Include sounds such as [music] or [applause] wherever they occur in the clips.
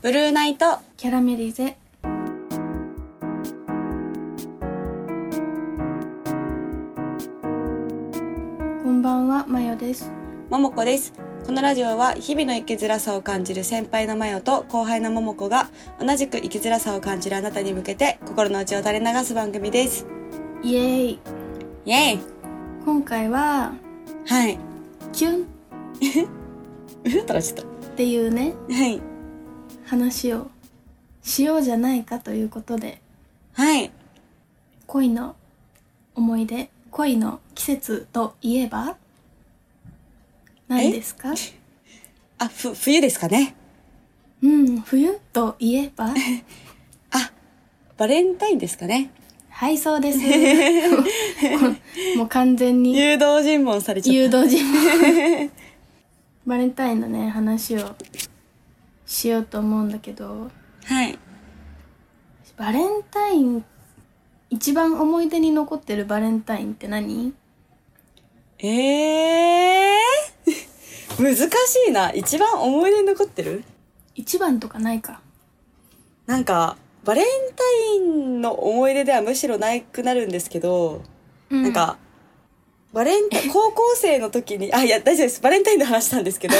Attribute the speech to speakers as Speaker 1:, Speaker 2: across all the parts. Speaker 1: ブルーナイト
Speaker 2: キャラメリゼこんばんはマヨです
Speaker 1: ももこですこのラジオは日々の生きづらさを感じる先輩のマヨと後輩のももこが同じく生きづらさを感じるあなたに向けて心の内を垂れ流す番組です
Speaker 2: イエーイ
Speaker 1: イエーイ
Speaker 2: 今回は
Speaker 1: はい
Speaker 2: キュン
Speaker 1: うふったらちょっ
Speaker 2: っていうね
Speaker 1: とはい
Speaker 2: 話をしようじゃないかということで
Speaker 1: はい
Speaker 2: 恋の思い出恋の季節といえば何ですか
Speaker 1: あふ冬ですかね
Speaker 2: うん冬といえば
Speaker 1: あバレンタインですかね
Speaker 2: はいそうですもう完全に
Speaker 1: 誘導尋問されちゃっ
Speaker 2: 誘導尋問 [laughs] バレンタインのね話をしようと思うんだけど
Speaker 1: たはい
Speaker 2: バレンタイン一番思い出に残ってるバレンタインって何
Speaker 1: えー、 [laughs] 難しいな一番思い出に残ってる
Speaker 2: 一番とかないか
Speaker 1: なんかバレンタインの思い出ではむしろなくなるんですけど、
Speaker 2: な
Speaker 1: なんかバレン
Speaker 2: [laughs]
Speaker 1: タイン高校生の時にあいや大丈夫ですバレンタインの話なんです
Speaker 2: [laughs]
Speaker 1: けど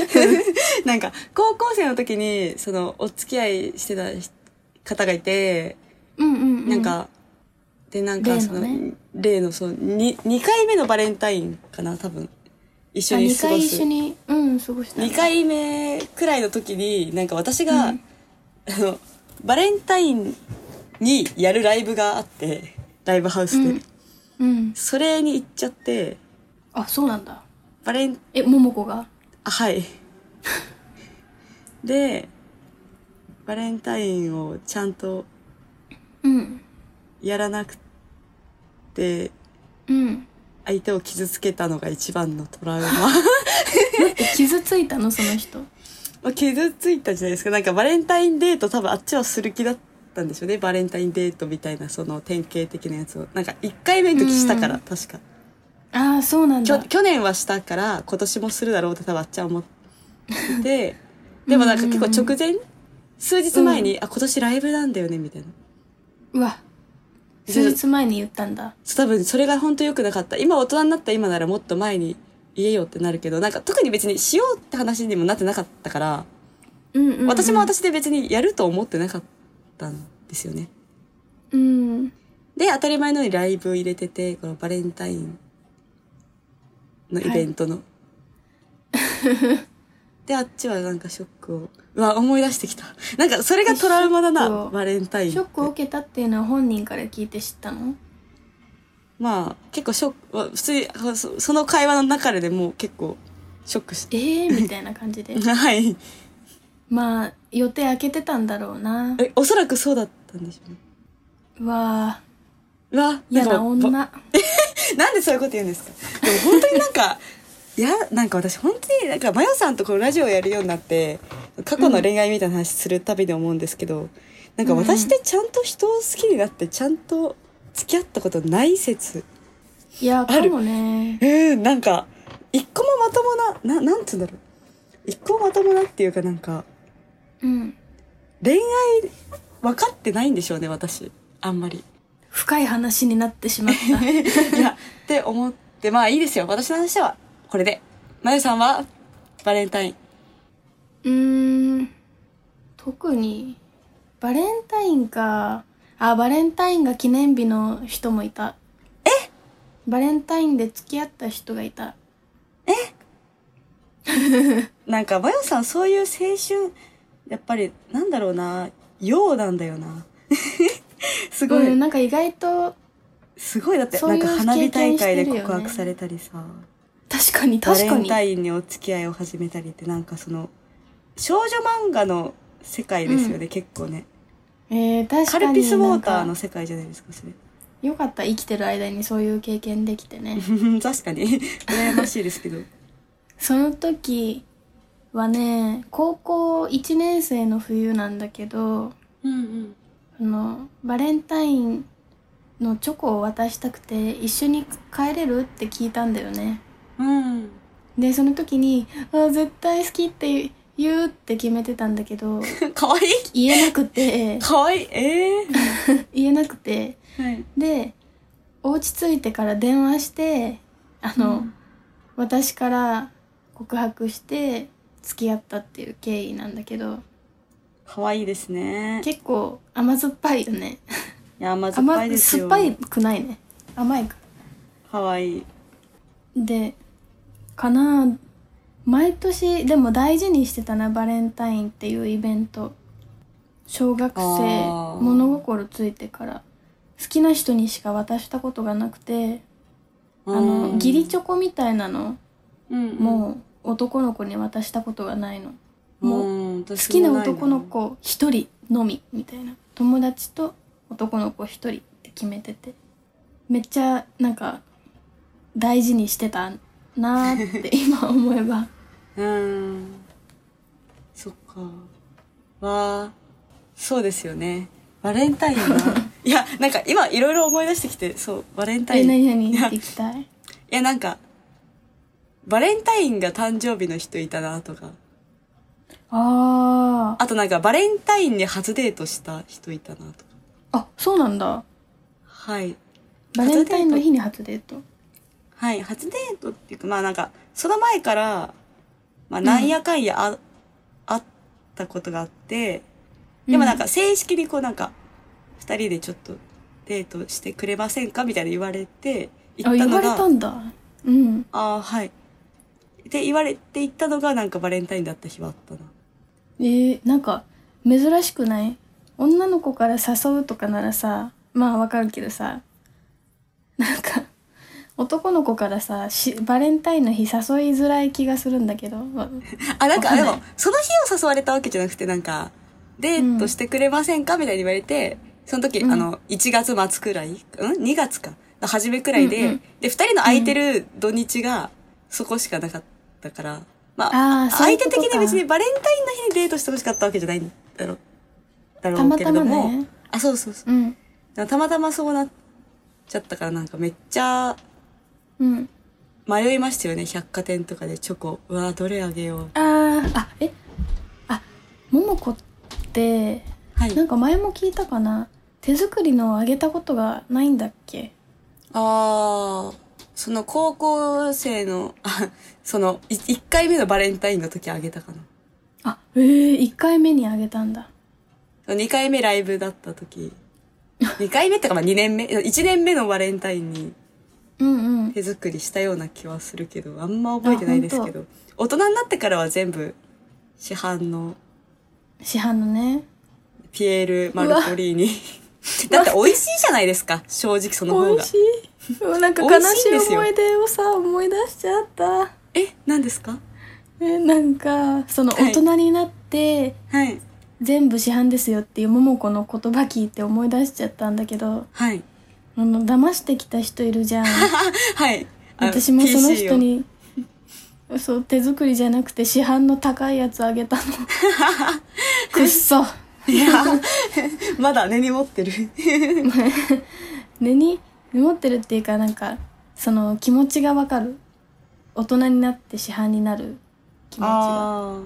Speaker 1: [laughs] なんか高校生の時にそのお付き合いしてた人方がいて
Speaker 2: うんうんうん
Speaker 1: なんか、でなんかその
Speaker 2: 例のね
Speaker 1: 例のその 2, 2回目のバレンタインかな多分一緒に
Speaker 2: 2
Speaker 1: 過ご
Speaker 2: 回
Speaker 1: す
Speaker 2: 一緒にうん過ごした
Speaker 1: 2回目くらいの時になんか私が、
Speaker 2: うん
Speaker 1: あのバレンタインにやるライブがあってライブハウスで、
Speaker 2: うん
Speaker 1: それに行っちゃって
Speaker 2: あそうなんだ
Speaker 1: バレン
Speaker 2: え桃子が
Speaker 1: あはいでバレンタインをちゃんと
Speaker 2: うん
Speaker 1: やらなくて
Speaker 2: うん
Speaker 1: 相手を傷つけたのが一番のトラウ
Speaker 2: [laughs]
Speaker 1: マ
Speaker 2: え傷ついたのその人
Speaker 1: まあ傷ついたじゃないですかなんかバレンタインデート多分あっちはする気だったんでしょうねバレンタインデートみたいなその典型的なやつをなんか1回目の時したから、
Speaker 2: うん
Speaker 1: 確か
Speaker 2: ああそうなん
Speaker 1: きょ
Speaker 2: だ
Speaker 1: 去年はしたから今年もするだろうって多分あっちは思って
Speaker 2: [laughs]
Speaker 1: てでもなんか結構直前数日前に、あ今年ライブなんだよねみたいな
Speaker 2: うわ数日前に言ったんだ
Speaker 1: そう多分それが本当良くなかった今大人になった今ならもっと前に言えよってなるけどなんか特に別にしようって話にもなってなかったから、
Speaker 2: うんうんうん
Speaker 1: 私も私で別にやると思ってなかったんですよね
Speaker 2: うん
Speaker 1: で当たり前のようにライブを入れててこのバレンタインのイベン
Speaker 2: [laughs]
Speaker 1: トの、であっちはなんかショックをうわ思い出してきたなんかそれがトラウマだ
Speaker 2: ショッ
Speaker 1: な
Speaker 2: クを
Speaker 1: バレンタイン
Speaker 2: ショックを受けたっていうのは本人から聞いて知ったの
Speaker 1: まあ結構ショックは普通にあそその会話の中でもう結構ショックし
Speaker 2: ええー、みたいな感じ
Speaker 1: [laughs]
Speaker 2: で
Speaker 1: てはい
Speaker 2: まあ予定開けてたんだろうな
Speaker 1: えおそらくそうだったんでしょうね
Speaker 2: うわー
Speaker 1: うわ
Speaker 2: 嫌
Speaker 1: んか
Speaker 2: な
Speaker 1: ば
Speaker 2: 女
Speaker 1: なんでそういうこと言うんですかでも本当になんかいやなんか私本当になんかマヨさんとこのラジオやるようになって過去の恋愛みたいな話するたびに思うんですけど、なんか私ってちゃんと人を好きになってちゃんと付き合ったことない説
Speaker 2: いや
Speaker 1: あ
Speaker 2: か
Speaker 1: る
Speaker 2: もね
Speaker 1: うんなんか一個もまともなななんつうんだろう一個もまともなっていうかなんか
Speaker 2: うん
Speaker 1: 恋愛分かってないんでしょうね私あんまり。
Speaker 2: 深い話になってしまっ
Speaker 1: [laughs]
Speaker 2: た
Speaker 1: いや、って思って、まあいいですよ。私の話は、これで。まゆさんは、バレンタイン。
Speaker 2: うーん特にバレンタインかあバレンタインが記念日の人もいたえバレンタインで付き合った人がいた
Speaker 1: なんか、まゆさん、そういう青春、やっぱり、なんだろうな、ようなんだよな。 [laughs] すごい、
Speaker 2: うん、なんか意外と
Speaker 1: すごい、だって、
Speaker 2: そう
Speaker 1: ないん
Speaker 2: う
Speaker 1: か花火大会で
Speaker 2: 経験してるよね
Speaker 1: 告白されたりさ、
Speaker 2: 確かに
Speaker 1: バ
Speaker 2: 確
Speaker 1: レ
Speaker 2: か
Speaker 1: ン
Speaker 2: に
Speaker 1: タインにお付き合いを始めたりって、なんかその、少女漫画の世界ですよね、結構ね。
Speaker 2: えー、確かに
Speaker 1: カルピスウォーター
Speaker 2: な
Speaker 1: の
Speaker 2: んか
Speaker 1: 世界じゃないですか、それ。
Speaker 2: よかった生きてる間にそういう経験できてね
Speaker 1: [laughs] 確かに、羨ましいですけど。
Speaker 2: その時はね高校1年生の冬なんだけど
Speaker 1: うんうん。
Speaker 2: あのバレンタインのチョコを渡したくて一緒に帰れるって聞いたんだよね
Speaker 1: うん。
Speaker 2: でその時に「あー絶対好きって言うって決めてたんだけど、
Speaker 1: かわい
Speaker 2: 言えなく
Speaker 1: [laughs]
Speaker 2: て
Speaker 1: い、かわいいええ
Speaker 2: 言えなくて、
Speaker 1: はい
Speaker 2: で、お家着いてから電話して、あの、私から告白して付き合ったっていう経緯なんだけど、
Speaker 1: かわいいですね
Speaker 2: 結構甘酸っぱいよね。
Speaker 1: いや [laughs] 甘酸っぱい
Speaker 2: 甘
Speaker 1: です
Speaker 2: 酸
Speaker 1: よ
Speaker 2: っぱいくないね。甘いか。
Speaker 1: かわいい
Speaker 2: でかな毎年でも大事にしてたなバレンタインっていうイベント小学
Speaker 1: あー
Speaker 2: 生物心ついてから好きな人にしか渡したことがなくてあの義理チョコみたいなの
Speaker 1: も
Speaker 2: もう男の子に渡したことがないの
Speaker 1: うん
Speaker 2: もう
Speaker 1: うん
Speaker 2: 好
Speaker 1: 私
Speaker 2: きな
Speaker 1: もい
Speaker 2: 男の子一人のみみたいな友達と男の子一人って決めててめっちゃなんか大事にしてたなーって
Speaker 1: [laughs]
Speaker 2: 今思えば
Speaker 1: うんそっかわあそうですよねバレンタインな
Speaker 2: [laughs]
Speaker 1: いやなんか今いろいろ思い出してきてそうバレンタイ
Speaker 2: え
Speaker 1: ン
Speaker 2: 何何
Speaker 1: い
Speaker 2: 言
Speaker 1: や
Speaker 2: っていきたい
Speaker 1: いやなんかバレンタインが誕生日の人いたなとか
Speaker 2: あ
Speaker 1: [laughs]
Speaker 2: ー
Speaker 1: あとなんかバレンタインに初デートした人いたなとか
Speaker 2: あそうなんだ
Speaker 1: はい
Speaker 2: バレンタインの日に初デート
Speaker 1: はい初デートっていうかまあなんかその前から、まあ、なんやかんやあ,、あったことがあってでもなんか正式にこうなんか、二人でちょっとデートしてくれませんかみたいな言われて、行
Speaker 2: あ
Speaker 1: った
Speaker 2: 言わ
Speaker 1: の
Speaker 2: れ
Speaker 1: が、
Speaker 2: たんだうん
Speaker 1: ああ、はい。で、言われて行ったのがなんかバレンタインだった日はあったな。
Speaker 2: えー、なんか珍しくない女の子から誘うとかならさまあわかるけどさなんか男の子からさしバレンタインの日誘いづらい気がするんだけどわ
Speaker 1: あ、なんか
Speaker 2: わか
Speaker 1: で
Speaker 2: んない
Speaker 1: も、その日を誘われたわけじゃなくてなんか、デートしてくれませんかみたいに言われて、その時、
Speaker 2: うん
Speaker 1: あの、1月末くらい、うん ?2 月か。の初めくらいで、
Speaker 2: うんうん
Speaker 1: で、二人の空いてる土日がそこしかなかったから、まあ、
Speaker 2: あーそうい
Speaker 1: 相
Speaker 2: うこ
Speaker 1: 手
Speaker 2: とか
Speaker 1: 的に別にバレンタインの日にデートしてほしかったわけじゃないんだろう。だろ
Speaker 2: た
Speaker 1: う
Speaker 2: ま
Speaker 1: け
Speaker 2: た
Speaker 1: れど
Speaker 2: ま
Speaker 1: も。
Speaker 2: ね
Speaker 1: あ、そうそうそう。
Speaker 2: うん
Speaker 1: だからたまたまそうなっちゃったからなんかめっちゃ
Speaker 2: うん
Speaker 1: 迷いましたよね。百貨店とかでチョコ。うわーどれあげよう。
Speaker 2: あーあえあももこって
Speaker 1: はい
Speaker 2: な。んか前も聞いたかな手作りのをあげたことがないんだっけ
Speaker 1: あー、その高校生の、あそのい一回目のバレンタインの時あげたか
Speaker 2: あえー、1回目にあげたんだ
Speaker 1: な。二回目ライブだった時。二回目ってかまあ二年目、一年目のバレンタインに
Speaker 2: うんうん
Speaker 1: 手作りしたような気はするけど、あんま覚えてないですけど。大人になってからは全部市販の
Speaker 2: 市販のね
Speaker 1: ピエール・マルコリー
Speaker 2: [laughs]
Speaker 1: ニ。だって美味しいじゃないですか、正直その方
Speaker 2: 美
Speaker 1: が
Speaker 2: 味。しいうんなんか悲しい思い出をさ思い出しちゃった
Speaker 1: え、何ですか
Speaker 2: えなんかその
Speaker 1: はい
Speaker 2: 大人になって、
Speaker 1: はい。
Speaker 2: 全部市販ですよっていう桃子の言葉聞いて思い出しちゃったんだけど
Speaker 1: はい。
Speaker 2: あの騙してきた人いるじ
Speaker 1: [laughs]
Speaker 2: ゃん
Speaker 1: はい。あ
Speaker 2: 私もその人。
Speaker 1: PC を
Speaker 2: にそう手作りじゃなくて市販の高いやつあ
Speaker 1: [laughs]
Speaker 2: げたのくっそ
Speaker 1: いや、まだ根に持ってる。
Speaker 2: 根に持ってるっていうかなんかその気持ちがわかる大人になって市販になる気持ちが
Speaker 1: あー。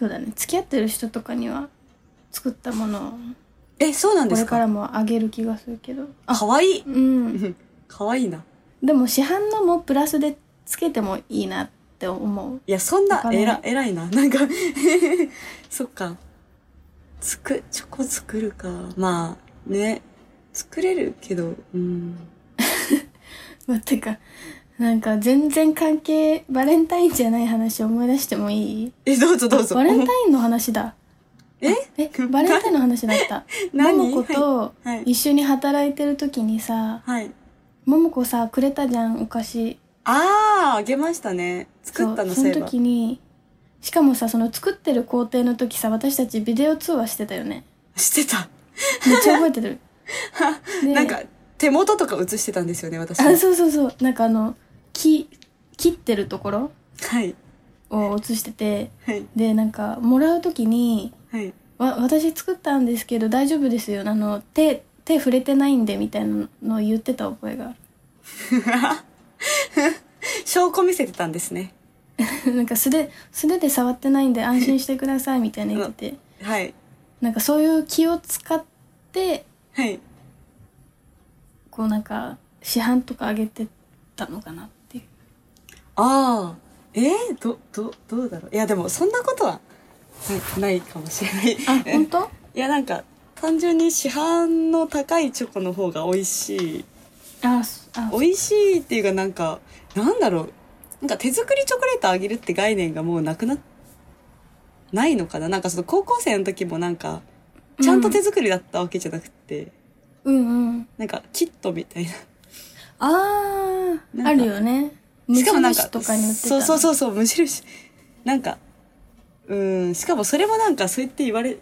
Speaker 2: そうだね付き合ってる人とかには作ったものを
Speaker 1: え、そうなん
Speaker 2: こ
Speaker 1: です
Speaker 2: れか
Speaker 1: から
Speaker 2: もあげる気がするけどあ
Speaker 1: かわいい。
Speaker 2: うん
Speaker 1: かわいいな。
Speaker 2: でも市販のもプラスでつけてもいいなって思う
Speaker 1: いや、そんな
Speaker 2: お、金
Speaker 1: えら、えらいな。なんか、 [laughs] そっか。つく、チョコ作るか。まあ、ね。作れるけど、うん。
Speaker 2: まあてかなんか全然関係バレンタインじゃない話思い出してもいい
Speaker 1: え、どうぞどうぞ。
Speaker 2: バレンタインの話だ
Speaker 1: え
Speaker 2: えバレンタインの話だった
Speaker 1: [laughs] 何
Speaker 2: 桃子と
Speaker 1: はいはい
Speaker 2: 一緒に働いてる時にさ
Speaker 1: はい。
Speaker 2: 桃子さくれたじゃんお菓子
Speaker 1: ああ、あげましたね。作
Speaker 2: そ
Speaker 1: っ
Speaker 2: う
Speaker 1: たの
Speaker 2: そ
Speaker 1: せ
Speaker 2: の
Speaker 1: いえば。
Speaker 2: 時にしかもさその作ってる工程の時さ私たちビデオ通話してたよね
Speaker 1: してた。
Speaker 2: めっちゃ覚え
Speaker 1: [laughs]
Speaker 2: てるで
Speaker 1: なんか、手元とか映してたんですよね、私。
Speaker 2: あそうそうそうなんかあの木切ってるところ
Speaker 1: はい。
Speaker 2: を映してて
Speaker 1: はい。
Speaker 2: でなんかもらう時に
Speaker 1: はい。 [laughs]
Speaker 2: わ私作ったんですけど大丈夫ですよあの手手触れてないんでみたいなのを言ってた覚えがある
Speaker 1: 証拠見せてたんですね。
Speaker 2: [laughs] なんか素手素手で触ってないんで安心してくださいみたいな言ってて
Speaker 1: はい
Speaker 2: なんかそういう気を使って
Speaker 1: はい
Speaker 2: こうなんか市販とかあげてたのかなっていう
Speaker 1: ああえー、どどどうだろういやでもそんなことはないないかもしれない
Speaker 2: あ本当
Speaker 1: いやなんか単純に市販の高いチョコの方が美味しい
Speaker 2: あそあ
Speaker 1: 美味しいっていうかなんかなんだろうなんか手作りチョコレートあげるって概念がもうなくなないのかななんかその高校生の時もなんかちゃんと手作りだったわけじゃなくて、
Speaker 2: うんうん
Speaker 1: なんかキットみたいな
Speaker 2: あ
Speaker 1: なん
Speaker 2: あ
Speaker 1: か
Speaker 2: あるよね
Speaker 1: しかもなんか
Speaker 2: 虫とかに売ってた
Speaker 1: そうそうそうそう無印なんかうんしかもそれもなんかそう言って言われ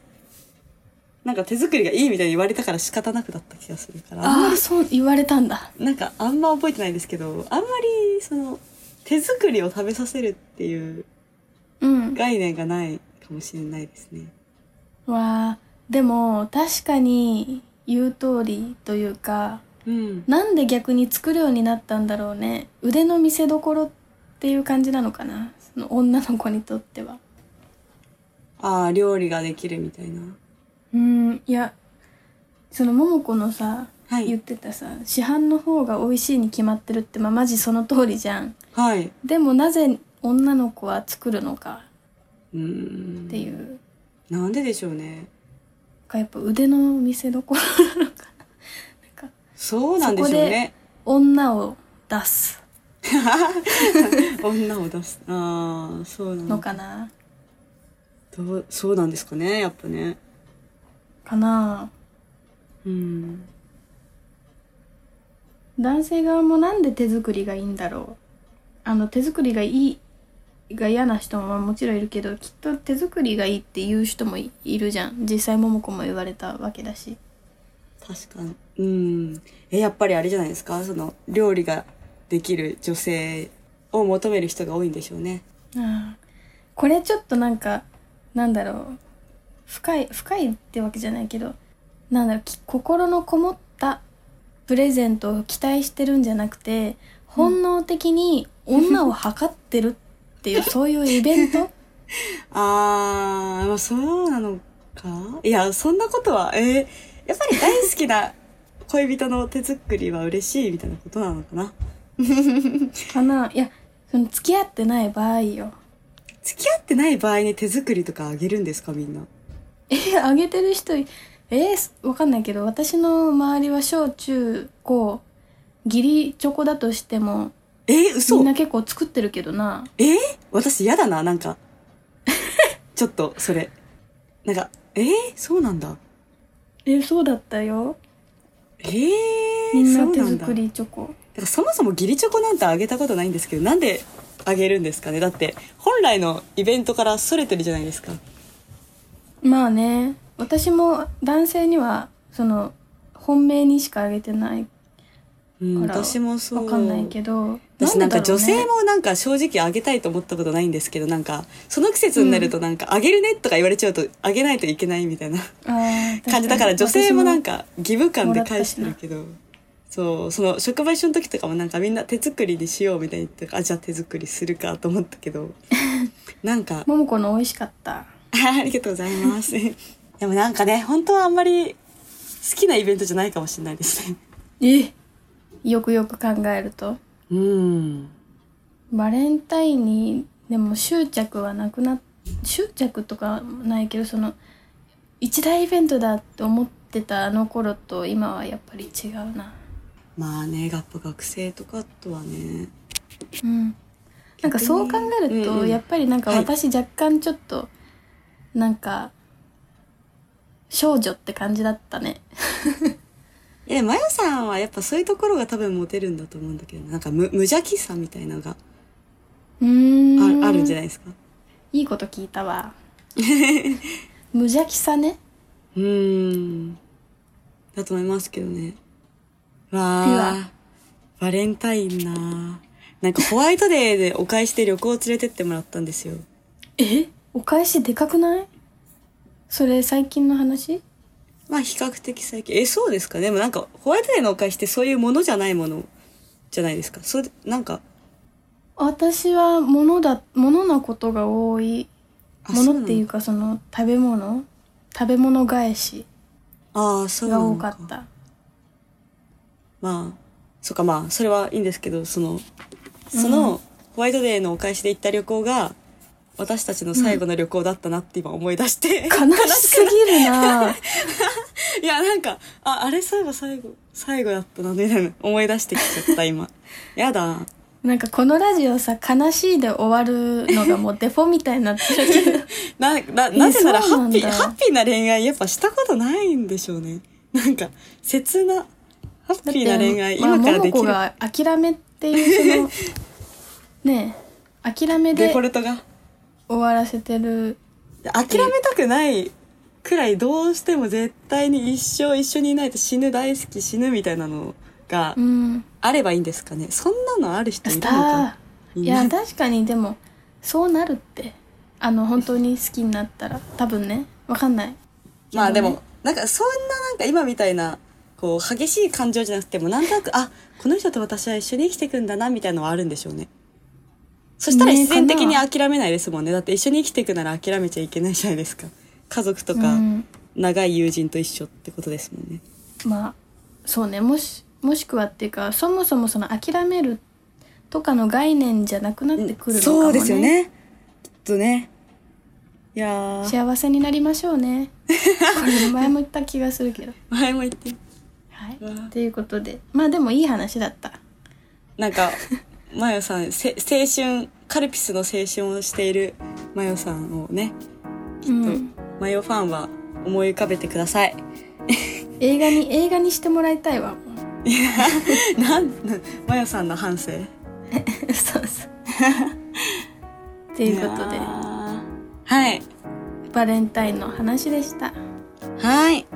Speaker 1: なんか手作りがいいみたいに言われたから仕方なくだった気がするから
Speaker 2: ああそう言われたんだ
Speaker 1: なんかあんま覚えてないですけどあんまりその手作りを食べさせるっていう
Speaker 2: うんわ
Speaker 1: 概念がないかもしれないですね。
Speaker 2: あでも確かに言う通りというか
Speaker 1: うん。
Speaker 2: なんで逆に作るようになったんだろうね腕の見せ所っていう感じなのかなその女の子にとっては
Speaker 1: ああ、料理ができるみたいな。
Speaker 2: うんいやその桃子のさ、
Speaker 1: はい
Speaker 2: 言ってたさ市販の方が美味しいに決まってるって、まあ、マジその通りじゃん
Speaker 1: はい。
Speaker 2: でもなぜ女の子は作るのか
Speaker 1: うーん。
Speaker 2: っていう、
Speaker 1: なんででしょうね。
Speaker 2: がやっぱ腕の見せ所なのかななんか
Speaker 1: そうなんでしょうね。
Speaker 2: 女を出す
Speaker 1: 女を出す。ああ、そうな
Speaker 2: の
Speaker 1: の。
Speaker 2: かな、
Speaker 1: どうそうなんですかね、やっぱね。
Speaker 2: かな
Speaker 1: うん。
Speaker 2: 男性側もなんで手作りがいいんだろうあの手作りがいいが嫌な人もまあもちろんいるけどきっと手作りがいいっていう人もいいるじゃん実際桃子も言われたわけだし
Speaker 1: 確かに。うん。え、やっぱりあれじゃないですか。その、料理ができる女性を求める人が多いんでしょうね。
Speaker 2: ああこれちょっとなんかなんだろう深い深いってわけじゃないけどなんだろうき心のこもったプレゼントを期待してるんじゃなくて本能的に女を測ってるっていう、そういうイベント
Speaker 1: あー、まあ、そうなのかいや、そんなことは、えーやっぱり大好きな恋人の手作りは嬉しいみたいなことなのかな
Speaker 2: かないやその付き合ってない場合よ
Speaker 1: 付き合ってない場合に手作りとかあげるんですかみんな。
Speaker 2: えあげてる人いえー、わかんないけど私の周りは小中高義理チョコだとしても
Speaker 1: えー
Speaker 2: み
Speaker 1: 嘘
Speaker 2: んな結構作ってるけどな
Speaker 1: えー私嫌だな、なん
Speaker 2: [laughs]
Speaker 1: か。ちょっと、それ。なんか、えーそうなんだ。
Speaker 2: えそうだったよ
Speaker 1: えー
Speaker 2: みん
Speaker 1: そ
Speaker 2: な
Speaker 1: う
Speaker 2: 手
Speaker 1: なんだ。
Speaker 2: 作りチョコ
Speaker 1: だからそもそも義理チョコなんてあげたことないんですけど、なんであげるんですかねだって、本来のイベントから逸れてるじゃないですか。
Speaker 2: まあね私も男性にはその本命にしかあげてない
Speaker 1: うん、
Speaker 2: から
Speaker 1: 私もそう。
Speaker 2: わかんないけど
Speaker 1: 私なんか
Speaker 2: でだろ
Speaker 1: 女
Speaker 2: うね
Speaker 1: 性もなんか正直あげたいと思ったことないんですけど、なんか、その季節になるとなんか、あげるねとか言われちゃうと、あげないといけないみたいな
Speaker 2: あー確
Speaker 1: 感じだから、女性もなん
Speaker 2: か
Speaker 1: か義務感で返してるけど、そう、その職場一緒の時とかもなんかみんな手作りにしようみたいに言ってるからあ、じゃあ手作りするかと思ったけ [laughs] ど、なんか
Speaker 2: 私、も桃子の美味しかった
Speaker 1: ありがとうございます。 [laughs] でもなんかね、本当はあんまり好きなイベントじゃないかもしれないですね。
Speaker 2: えよくよく考えると
Speaker 1: うん。
Speaker 2: バレンタインにでも執着はなくな執着とかないけどその一大イベントだって思ってたあの頃と今はやっぱり違うな
Speaker 1: まあね、やっぱ学生とかとはね、
Speaker 2: うん、なんかそう考えると、
Speaker 1: うんうん
Speaker 2: やっぱりなんか
Speaker 1: はい
Speaker 2: 私若干ちょっと、なんか少女って感じだったね
Speaker 1: いや、まやさんはやっぱそういうところが多分モテるんだと思うんだけど、なんか無無邪気さみたいなのがあ
Speaker 2: うーん
Speaker 1: あるんじゃ
Speaker 2: ない
Speaker 1: ないですか。
Speaker 2: いいこと聞いたわ [laughs] 無邪気さね
Speaker 1: うーん。だと思いますけどね。
Speaker 2: ピ
Speaker 1: わあ、バレンタインなあなんかホワイトデーでお返しで旅行を連れてってもらったんですよ。
Speaker 2: えお返しでかくないそれ最近の話
Speaker 1: まあ比較的最近。え、そうですかねでもなんか、ホワイトデーのお返しってそういうものじゃないものじゃないですか。そう、なんか、
Speaker 2: 私は物だ物なことが多い
Speaker 1: あ
Speaker 2: 物っていうかその食べ物食べ物返し
Speaker 1: ああそうな
Speaker 2: が
Speaker 1: の
Speaker 2: 多
Speaker 1: か
Speaker 2: かった
Speaker 1: まあそっかまあそれはいいんですけどそのそのホワイトデーのお返しで行った旅行が私たちの最後の旅行だったなって今思い出して、
Speaker 2: 悲しすぎる
Speaker 1: [laughs]
Speaker 2: な
Speaker 1: いやなんかああれそういえば最後最後だったなみたいな思い出してきちゃった今 [laughs] やだ
Speaker 2: なんかこのラジオさ「悲しい」で終わるのがもうデフォみたいになってるけ
Speaker 1: [laughs]
Speaker 2: ど
Speaker 1: なななぜなら
Speaker 2: そ
Speaker 1: ハ
Speaker 2: うな
Speaker 1: ッ
Speaker 2: ん
Speaker 1: ピ
Speaker 2: だ
Speaker 1: ーハッピーな恋愛やっぱしたことないんでしょうねなんか切なハッピーな恋愛
Speaker 2: まあ
Speaker 1: 今からでき
Speaker 2: 桃子
Speaker 1: る、
Speaker 2: が諦めっていうそのねえ諦め
Speaker 1: デ
Speaker 2: で
Speaker 1: フォ
Speaker 2: 終
Speaker 1: ルトが
Speaker 2: わらせてる
Speaker 1: 諦めたくないくらいどうしても絶対に一生一緒にいないと死ぬ大好き死ぬみたいなのが
Speaker 2: うん
Speaker 1: あればいいんですかねそんなのある人いる
Speaker 2: ス
Speaker 1: の
Speaker 2: タ
Speaker 1: か
Speaker 2: ー
Speaker 1: みん
Speaker 2: い
Speaker 1: な
Speaker 2: や確かにでもそうなるってあの本当に好きになったら多分ねわかんない
Speaker 1: まあでもなんかそんななんか今みたいなこう激しい感情じゃなくてもなんとなくあこの人と私は一緒に生きていくんだなみたいのはあるんでしょうねそしたら
Speaker 2: ね
Speaker 1: 必然的に
Speaker 2: かな
Speaker 1: 諦めないですもんねだって一緒に生きていくなら諦めちゃいけないじゃないですか家族とか
Speaker 2: うん
Speaker 1: 長い友人と一緒ってことですもんね
Speaker 2: まあそうねもしもしくはっていうかそもそもその諦めるとかの概念じゃなくなってくるのかもね,、
Speaker 1: そうですよねきっとねいやー
Speaker 2: 幸せになりましょうねこれ前も言った気がするけど
Speaker 1: 前も言って
Speaker 2: は
Speaker 1: うわ
Speaker 2: いということでまあでもいい話だった
Speaker 1: なんかマヨさんせ青春カルピスの青春をしているマヨさんをね
Speaker 2: うん
Speaker 1: マヨファンは思い浮かべてください。 [laughs]
Speaker 2: 映画に映画にしてもらいたいわも
Speaker 1: なん、なんマヨさんの反省。
Speaker 2: う [laughs] そうそうということで
Speaker 1: やーはい。
Speaker 2: バレンタインの話でした
Speaker 1: はい。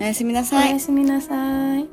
Speaker 1: おやすみな
Speaker 2: お
Speaker 1: さい
Speaker 2: や。すみなさい